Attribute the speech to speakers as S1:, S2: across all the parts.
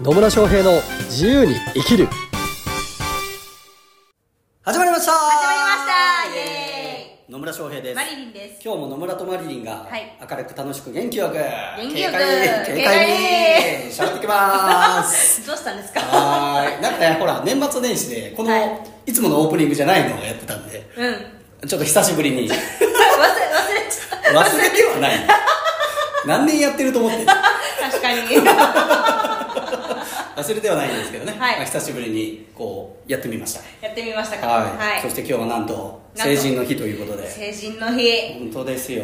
S1: 野村翔平の自由に生きる始まりました
S2: 始まりましたイエ
S1: 野村翔平
S2: ー
S1: で
S2: イ
S1: す
S2: マリリンです
S1: 今日も野村とマリリンが
S2: はい
S1: 明るく楽しく元気よく元
S2: 気よく
S1: 軽快に軽快に喋ってきます
S2: どうしたんですか
S1: はーいなんかねほら年末年始でこの、、
S2: はい
S1: つものオープニングじゃないのをやってたんで
S2: うん忘れ忘れ
S1: ちょっと久しぶり に忘れ
S2: ち
S1: て
S2: ゃ
S1: はない何年やってると思ってる
S2: った確かに
S1: 忘れてはないんですけどね、
S2: はい
S1: まあ久しぶりにこうやってみまし
S2: やってみました
S1: た
S2: か
S1: はい、
S2: は
S1: そして今日はなんと
S2: なんと
S1: 成人の日ということで
S2: 成人の日
S1: 本当ですよ、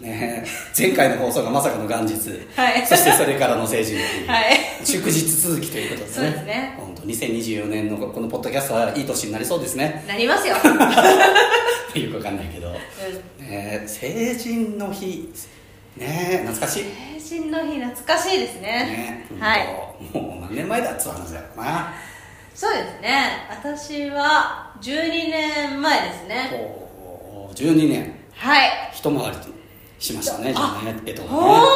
S1: ね、前回の放送がまさかの元日、
S2: はい
S1: そしてそれからの成人の日、
S2: はい
S1: 祝日続きということです
S2: そう
S1: ね
S2: ですね
S1: 本当2024年のこのポッドキャストはいい年になりそうですね
S2: なりま すよ、うん、
S1: よくわかんないけど、ね、成人の日ね懐かしい
S2: 成人の日懐かしいですね
S1: ね、
S2: はい
S1: 本当もう何年前だっつう話だよな
S2: そうですね私は12年前ですね
S1: こう12年
S2: はい
S1: 一回りとしましたね
S2: あ
S1: 12年ってと
S2: 本
S1: ね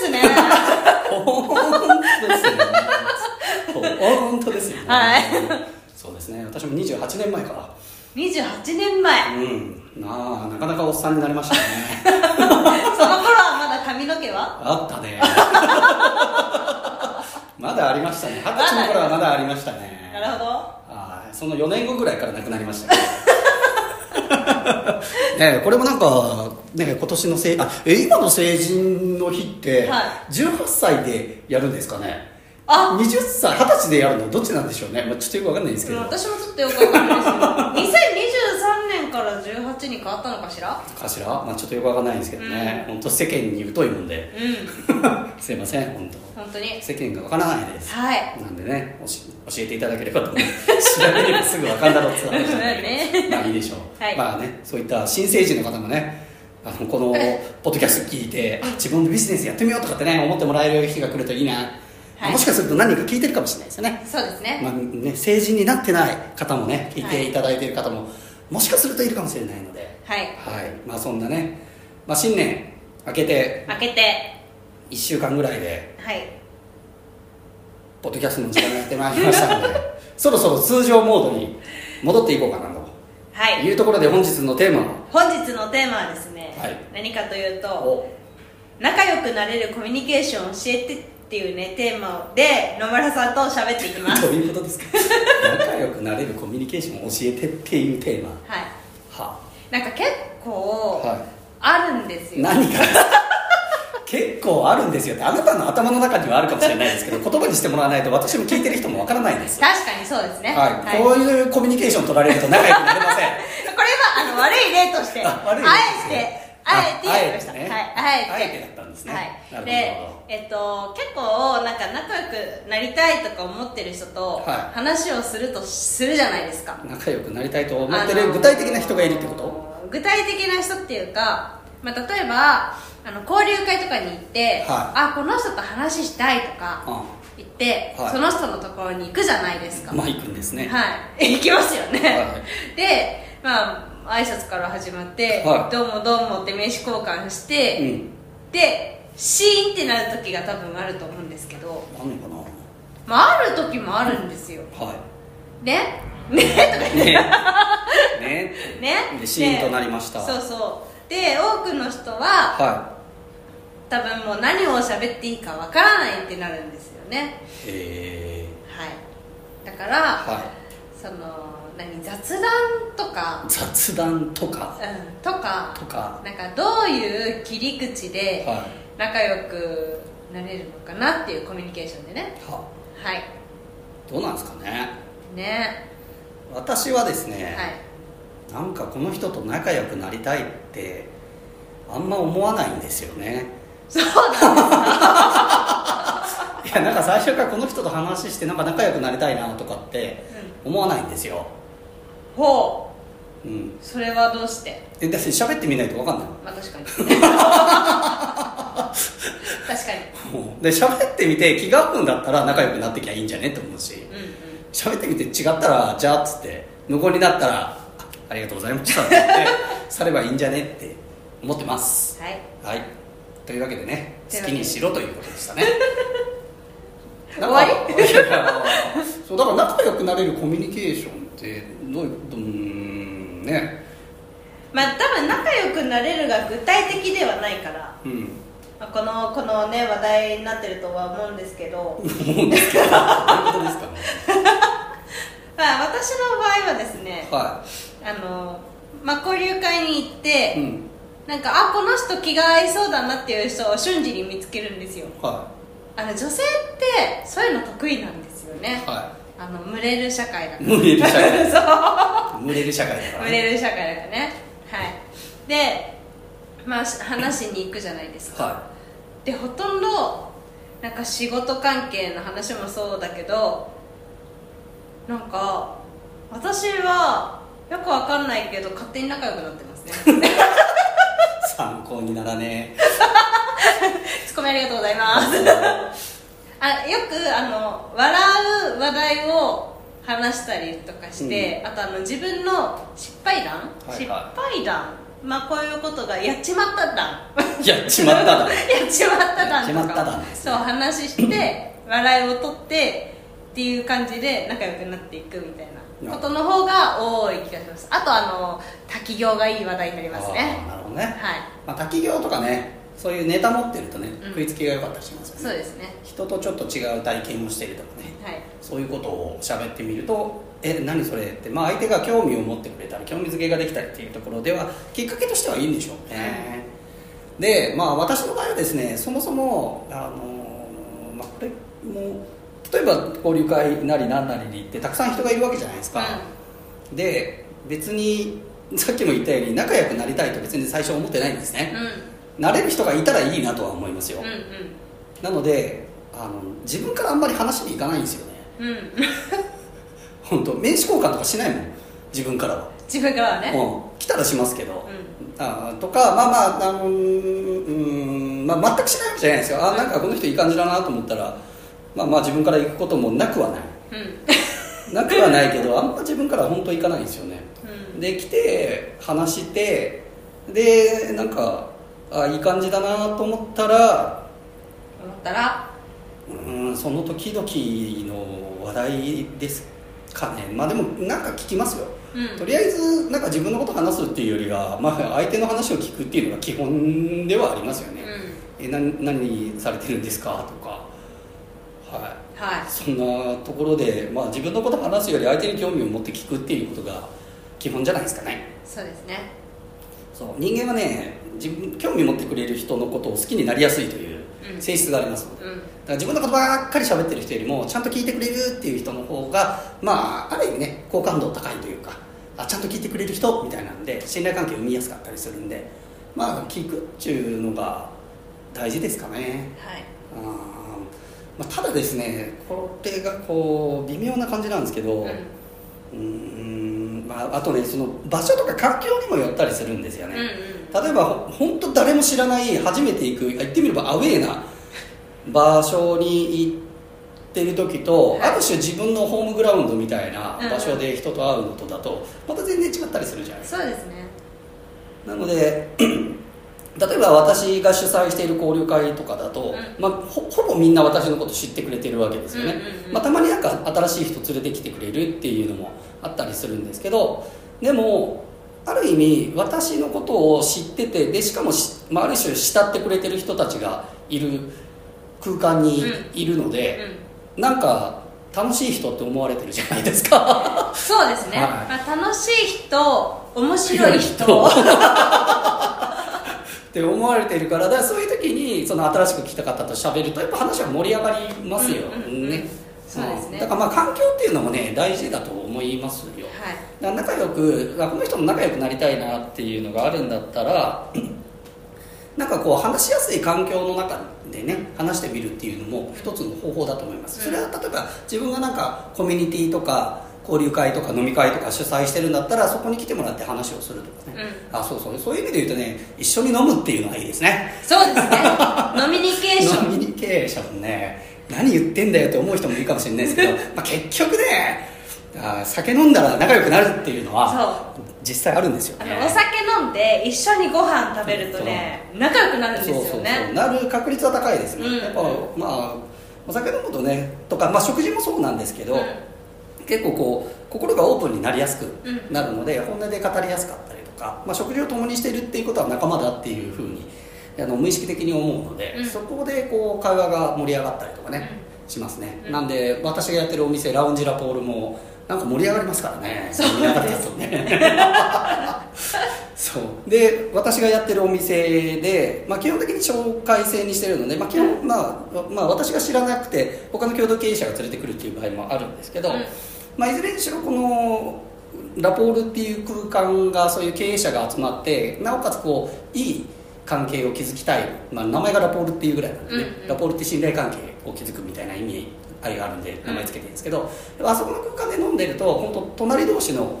S2: 当ですねは
S1: 本当ですよね本当ですよね
S2: はい
S1: そうですね私も28年前から
S2: い28年前
S1: うんなあなかなかおっさんになりましたね
S2: その頃はまだ髪の毛は
S1: あったね まだありましたね二十歳の頃はまだありましたね
S2: なるほど
S1: はいその4年後ぐらいからなくなりました ねねえこれもなんか、ねえ、今年のせいあえ今の成人の日って
S2: はい
S1: 18歳でやるんですかね、
S2: あ
S1: 20歳20歳でやるのどっちなんでしょうね、まあ、ちょっとよくわかんないですけど、
S2: 私もちょっとよくわかんないですけど2023年から18に変わったのかしら
S1: かしら、まあ、ちょっとよくわかんないですけどね、本当世間に疎いもんで
S2: うん
S1: すいません本
S2: 本当に
S1: 当世間がわからないです
S2: はい
S1: なんでね教教えていただければと思う調べればすぐ分かんだろうって話なんだけど、
S2: ね
S1: まあいいでしょう、
S2: はい
S1: まあねそういった新成人の方もねあのこのポッドキャスト聞いてあ自分でビジネスやってみようとかってね思ってもらえる日が来るといいな、
S2: はい
S1: もしかすると何人か聞いてるかもしれないですよね,、
S2: そうですね
S1: まあ、ね成人になってない方もね聞いていただいている方も、もしかするといるかもしれないので
S2: はい
S1: はいまあそんなね、まあ、新年明けて
S2: 開けて
S1: 1週間ぐらいで
S2: はい
S1: ポッドキャストの時間がやってまいりました のでそろそろ通常モードに戻っていこうかな
S2: は
S1: と
S2: い
S1: いうところで本日のテーマは
S2: 本日のテーマはですね、
S1: はい
S2: 何かというと
S1: お
S2: 仲良くなれるコミュニケーションを教えてっていうねテーマで野村さんと喋っていきます
S1: ど
S2: は
S1: ういうこと ですか仲良くなれるコミュニケーションを教えてっていうテーマ
S2: い
S1: は、
S2: なんか結構
S1: は
S2: あるんです
S1: い、
S2: よ、
S1: 何か結構あるんですよってあなたの頭の中にはあるかもしれないですけ ど言葉にしてもらわないと私も聞いてる人もわからないです、
S2: 確かにそうですね
S1: はい、
S2: こ
S1: こういうコミュニケーション取られると仲良くなれません
S2: れはあの悪い例として
S1: あ
S2: あ
S1: 悪い例です
S2: えて
S1: ね
S2: あえてやりました、
S1: ああえてね
S2: はいあえて
S1: あえてだったんですね
S2: はい、で
S1: なるほど
S2: えっと結構なんか仲良くなりたいとか思ってる人と
S1: はい
S2: 話をするとするじゃないですか、
S1: 仲良くなりたいと思ってる
S2: あの
S1: 具体的な人がいるってこと
S2: 具体的な人っていうか、まあ、例えばあの交流会とかに行って、
S1: は
S2: あこの人と話したいとか言って、
S1: はい
S2: その人のところに行くじゃないですか、
S1: まあ行くんですね
S2: はい、 行きますよね、
S1: は
S2: でまあ挨拶から始まって、
S1: はい
S2: どうもどうもって名刺交換して、
S1: うん
S2: でシーンってなる時が多分あると思うんですけど、
S1: あんのかな
S2: まあ、ある時もあるんですよ
S1: は
S2: ねねとか言
S1: い。
S2: って
S1: ね。ね。
S2: ね
S1: でシーンとなりました。
S2: そうそうで多くの人は、
S1: は
S2: 多分もう何を喋っていいかわからないってなるんですよね
S1: い。え
S2: はいだか
S1: ー、
S2: ら
S1: はい。
S2: その何雑談とか、
S1: 雑談とか
S2: うん、とか
S1: とか。
S2: なんかどういう切り口
S1: はい。
S2: で
S1: は。
S2: 仲良くなれるのかなっていうコミュニケーションでねはい
S1: どうなんですかね。
S2: ね
S1: 私はです
S2: は
S1: ね、
S2: い
S1: なんかこの人と仲良くなりたいってあんま思わないんですよね。
S2: そうだね
S1: いやなんか最初からこの人と話してなんか仲良くなりたいなとかって
S2: うん
S1: 思わないんですよ。
S2: ほ
S1: うん。
S2: うそれはどうして
S1: えだって喋ってみないとわかんない。
S2: まあ確かに 確か
S1: で喋ってみて気が合うんだったら仲良くなってきゃいいんじゃねって思うし
S2: にうんうん
S1: 喋ってみて違ったらじゃあっつって無言になったらあありがとうございましたって言って さればいいんじゃねって思ってます
S2: はい
S1: はいというわけでね
S2: という
S1: 好
S2: わ
S1: き
S2: けで
S1: にしろということでしたね
S2: 終わり
S1: なんかからそうだから仲良くなれるコミュニケーションってどういうことうーんね
S2: まあ多分仲良くなれるが具体的ではないから、
S1: うん
S2: まあ、このこのね話題になってるとは思うんですけど
S1: 思うんですけどどういうことですか
S2: まあ私の場合はです ね
S1: は
S2: あの、まあ、交流会に行って、
S1: い、うん
S2: なんかあこの人気が合いそうだなっていう人を瞬時に見つけるんですよ
S1: は
S2: あの女性ってそういうの得意なんですよね
S1: いは
S2: あの群れる社会だから
S1: 群れる社会
S2: そ
S1: い群れる社会だから、
S2: う群
S1: ね、
S2: れる社会だからねはいでまあし話しに行くじゃないですか、
S1: は
S2: でほとんどなんか仕事関係の話もそうだけどなんか私はよくわかんないけど勝手に仲良くなってますね
S1: い 参考にならね
S2: ツッコミありがとうございますあよくあの笑う話題を話したりとかして、あとあの自分の失敗談、
S1: いはい
S2: 失敗談まあこういうことがやっちまった談
S1: えやっちまっただ
S2: やっちまった談と
S1: やっちま
S2: か
S1: った談
S2: そう 話して笑いを取ってっていう感じで仲良くなっていくみたいなことの方が多い気がしますあとあの滝行がいい話題になります
S1: あー
S2: ね
S1: なるほどね、
S2: はい
S1: まあ、滝行とかねそういうネタ持ってるとね、
S2: うん
S1: 食いつきが良かったりしますよね
S2: そうですね
S1: 人とちょっと違う体験をしてるとかね
S2: はい
S1: そういうことを喋ってみると「え何それ?」って、まあ、相手が興味を持ってくれたり興味づけができたりっていうところではきっかけとしてはいいんでしょうね、でまあ私の場合はですねそもそもあの、まあ、これも例えば交流会なり何なりに行ってたくさん人がいるわけじゃないですか、で別にさっきも言ったように仲良くなりたいと別に最初思ってないんです
S2: うん
S1: ね、
S2: うん
S1: なれる人がいたらいいなとは思いますよ、
S2: う
S1: なのであの自分からあんまり話に行かないんですよね
S2: んうんうん
S1: 本当名刺交換とかしないもん自分からは、
S2: 自分からはね
S1: うん、来たらしますけど、
S2: う
S1: あーとかまあまああのーうん、まあ、全くしないわけじゃないですよあーなんかこの人いい感じだなと思ったらまあまあ自分から行くこともなくはない
S2: んうん
S1: なくはないけどあんま自分から本当行かないんですよね
S2: うん
S1: で来て話してでなんかあいい感じだなと思ったら
S2: 思ったら
S1: うーんその時々の話題ですかねまあでもなんか聞きますよ、
S2: うん
S1: とりあえずなんか自分のこと話すっていうよりは、まあ、相手の話を聞くっていうのが基本ではありますよ
S2: う
S1: ね、
S2: ん
S1: えな何されてるんですかとかはい
S2: は
S1: そんなところで、まあ、自分のこと話すより相手に興味を持って聞くっていうことが基本じゃないですかね
S2: いそうですね
S1: そう人間はね自分興味持ってくれる人のことを好きになりやすいという
S2: うん
S1: 性質がありますので、
S2: うん
S1: だから自分のことばっかり喋ってる人よりもちゃんと聞いてくれるっていう人の方がまあある意味ね好感度高いというかあちゃんと聞いてくれる人みたいなんで信頼関係を生みやすかったりするんでまあ聞くっていうのが大事ですかね
S2: はい
S1: うんまあ、ただですねこれがこう微妙な感じなんですけど、う
S2: うん
S1: ーんまあ、あとねその場所とか環境にもよったりするんですよね、
S2: うんうん
S1: 例えば本当誰も知らない初めて行く言ってみればアウェーな場所に行ってる時と、
S2: はい
S1: ある種自分のホームグラウンドみたいな
S2: うん
S1: 場所で人と会うのとだとまた全然違ったりするじゃないです
S2: そうですね
S1: かなので 例えば私が主催している交流会とかだと、
S2: うん
S1: まあ、ほほぼみんな私のこと知ってくれてるわけですよね、
S2: うんうんうん
S1: まあ、たまになんか新しい人連れてきてくれるっていうのもあったりするんですけどでもある意味私のことを知っててでしかもし、まあ、ある種慕ってくれてる人たちがいる空間にいるの
S2: う
S1: で、
S2: ん
S1: なんか楽しい人って思われてるじゃないですか
S2: そうですね、
S1: はい
S2: まあ、楽しい人面白い人うん
S1: って思われてるからだからそういう時にその新しく来た方と喋るとやっぱ話は盛り上がりますよ、
S2: うんうんうん
S1: ね
S2: そうですね
S1: んだからまあ環境っていうのもね大事だと思いますよ、
S2: はい
S1: だから仲良くあこの人も仲良くなりたいなっていうのがあるんだったら なんかこう話しやすい環境の中でね話してみるっていうのも一つの方法だと思いますそれは例えば自分がなんかコミュニティとか交流会とか飲み会とか主催してるんだったらそこに来てもらって話をするとかね、あそうそうそういう意味で言うとね一緒に飲むっていうのがいいですね
S2: そうですねノミニケーショ
S1: 飲
S2: ン
S1: みニケーションね何言ってんだよって思う人もいるかもしれない ですけど、まあ、結局ねあー酒飲んだら仲良くなるっていうのは実際あるんですよ
S2: あ
S1: ね
S2: のお酒飲んで一緒にご飯食べるとね仲良くなるんです
S1: そうそうそ
S2: よ
S1: う
S2: ね
S1: なる確率は高いですね、
S2: うん
S1: やっぱまあお酒飲むとねとか、まあ、食事もそうなんですけど、
S2: うん
S1: 結構こう心がオープンになりやすく
S2: うん
S1: なるので、本音で語りやすかったりとか、まあ、食事を共にしているっていうことは仲間だっていうふうにあの無意識的に思うので、
S2: うん
S1: そこでこう会話が盛り上がったりとかね、しますね、
S2: うん
S1: なんで私がやってるお店ラウンジラポールもなんか盛り上がりますからね
S2: そう
S1: 見なかったですよね そうで私がやってるお店で、まあ、基本的に紹介制にしてるので、まあ基本まあまあ、私が知らなくて他の共同経営者が連れてくるっていう場合もあるんですけど、
S2: うん
S1: まあ、いずれにしろこのラポールっていう空間がそういう経営者が集まってなおかつこういい関係を築きたい、まあ、名前がラポールっていうぐらいなんでね、
S2: うんうん
S1: ラポールって信頼関係を築くみたいな意味合いがあるんで名前つけてるんですけど、あそこの空間で飲んでると本当隣同士の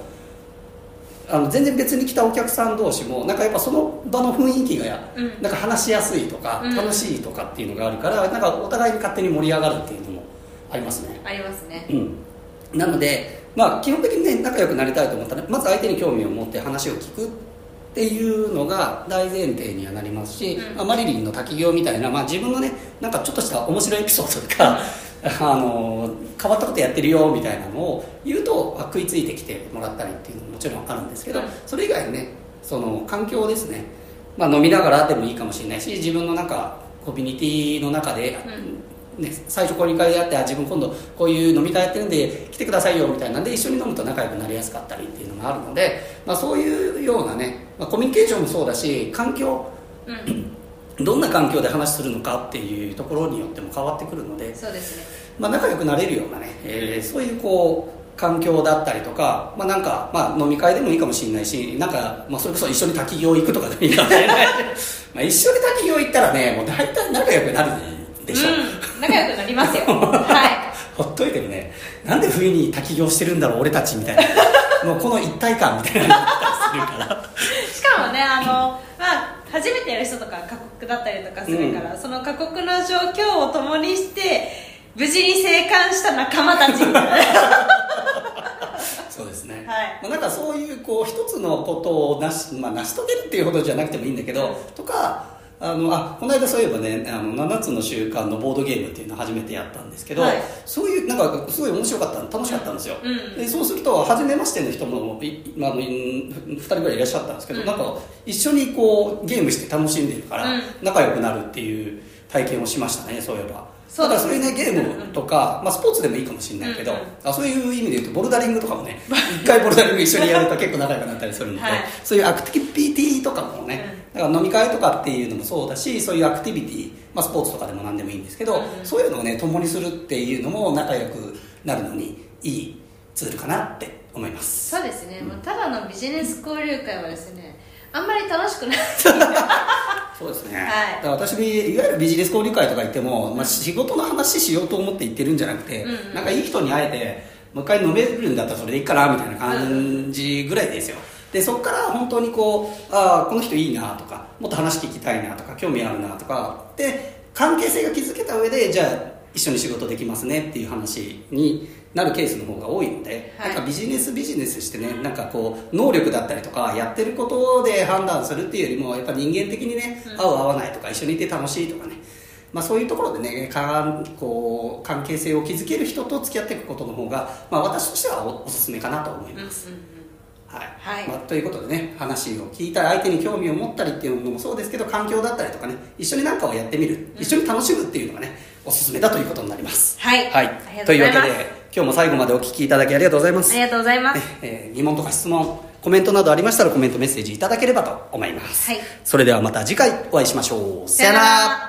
S1: あの全然別に来たお客さん同士もなんかやっぱその場の雰囲気がや、
S2: うん
S1: なんか話しやすいとか、
S2: うん
S1: 楽しいとかっていうのがあるからなんかお互いに勝手に盛り上がるっていうのもありますね。
S2: ありますね
S1: うん、なので、まあ、基本的に、ね、仲良くなりたいと思ったらまず相手に興味を持って話を聞くっていうのが大前提にはなりますし、
S2: うん
S1: まあマリリンの滝行みたいな、まあ、自分のねなんかちょっとした面白いエピソードとか、 あの変わったことやってるよみたいなのを言うとあ食いついてきてもらったりっていうのももちろんあるんですけど、
S2: うん
S1: それ以外にねその環境ですね、まあ、飲みながらでもいいかもしれないし自分のなんかコミュニティの中で、ね、最初交流会であってあ自分今度こういう飲み会やってるんで来てくださいよみたいなんで一緒に飲むと仲良くなりやすかったりっていうのがあるので、まあ、そういうようなね、まあ、コミュニケーションもそうだし環境
S2: うん
S1: どんな環境で話するのかっていうところによっても変わってくるので、
S2: そうですね
S1: まあ、仲良くなれるようなね、えーそういうこう環境だったりとか、まあ、なんか、まあ、飲み会でもいいかもしれないしなんか、まあ、それこそ一緒に滝行行くとかでもいいかもしれ ないしまあ一緒に滝行行ったらねもう大体仲良くなるでしょ、
S2: うん、仲良くなりますよは
S1: ほっといてもね、なんで冬に滝行してるんだろう、俺たちみたいな、もうこの一体感みたいなのがあったりするから、
S2: いしかもねあのまあ初めてやる人とか過酷だったりとかするから、その過酷な状況を共にして無事に生還した仲間たちみたいな
S1: そうですね、
S2: はい
S1: まあ、なんかそういうこう一つのことをなし、まあ、成し遂げるっていうほどじゃなくてもいいんだけど、とか、あのあこの間そういえばね、あの7つの習慣のボードゲームっていうのを初めてやったんですけど、
S2: はい
S1: そういう、なんかすごい面白かったの、楽しかったんですよ。
S2: うん
S1: でそうすると初めましての人もいまあ2人ぐらいいらっしゃったんですけど、
S2: うん
S1: なんか一緒にこうゲームして楽しんでるから
S2: うん
S1: 仲良くなるっていう体験をしましたねそういえば
S2: そう
S1: だ
S2: で
S1: から
S2: す
S1: そう
S2: ね
S1: いうねゲームとか、まあ、スポーツでもいいかもしれないけど、
S2: うんうん
S1: あそういう意味で言うとボルダリングとかもね一回ボルダリング一緒にやると結構仲良くなったりするので、
S2: はい
S1: そういうアクティビティとかもね、だから飲み会とかっていうのもそうだしそういうアクティビティ、まあ、スポーツとかでも何でもいいんですけど、
S2: うん
S1: そういうのをね共にするっていうのも仲良くなるのにいいツールかなって思います
S2: そうですね、まあ、ただのビジネス交流会はですねあんまり楽しくない
S1: そうですね、
S2: はい
S1: だから私いわゆるビジネス交流会とか行っても、まあ、仕事の話しようと思って行ってるんじゃなくて、
S2: うんうん
S1: なんかいい人に会えてもう一回飲めるんだったらそれでいいかなみたいな感じぐらいですよ、でそこから本当にこうああこの人いいなとかもっと話聞きたいなとか興味あるなとかで関係性が築けた上でじゃあ一緒に仕事できますねっていう話になるケースの方が多いので、
S2: はい
S1: なんかビジネスビジネスしてねなんかこう能力だったりとかやってることで判断するっていうよりもやっぱ人間的にね、
S2: うん
S1: 合う合わないとか一緒にいて楽しいとかね、まあ、そういうところでねかんこう関係性を築ける人と付き合っていくことの方が、まあ、私としてはおおすすめかなと思い
S2: うんうんう
S1: ま
S2: ん
S1: す、はい
S2: はい
S1: まあ、ということでね話を聞いたり相手に興味を持ったりっていうのもそうですけど環境だったりとかね一緒に何かをやってみる、一緒に楽しむっていうのがねおすすめだということになります
S2: はい
S1: はい
S2: ありが
S1: と
S2: とう
S1: い
S2: ご
S1: う
S2: ざ
S1: わ
S2: い
S1: け
S2: ま
S1: です今日も最後までお聞きいただきありがとうございます
S2: ありがとうございます
S1: えー疑問とか質問コメントなどありましたらコメントメッセージいただければと思います、
S2: はい
S1: それではまた次回お会いしましょう
S2: さよなら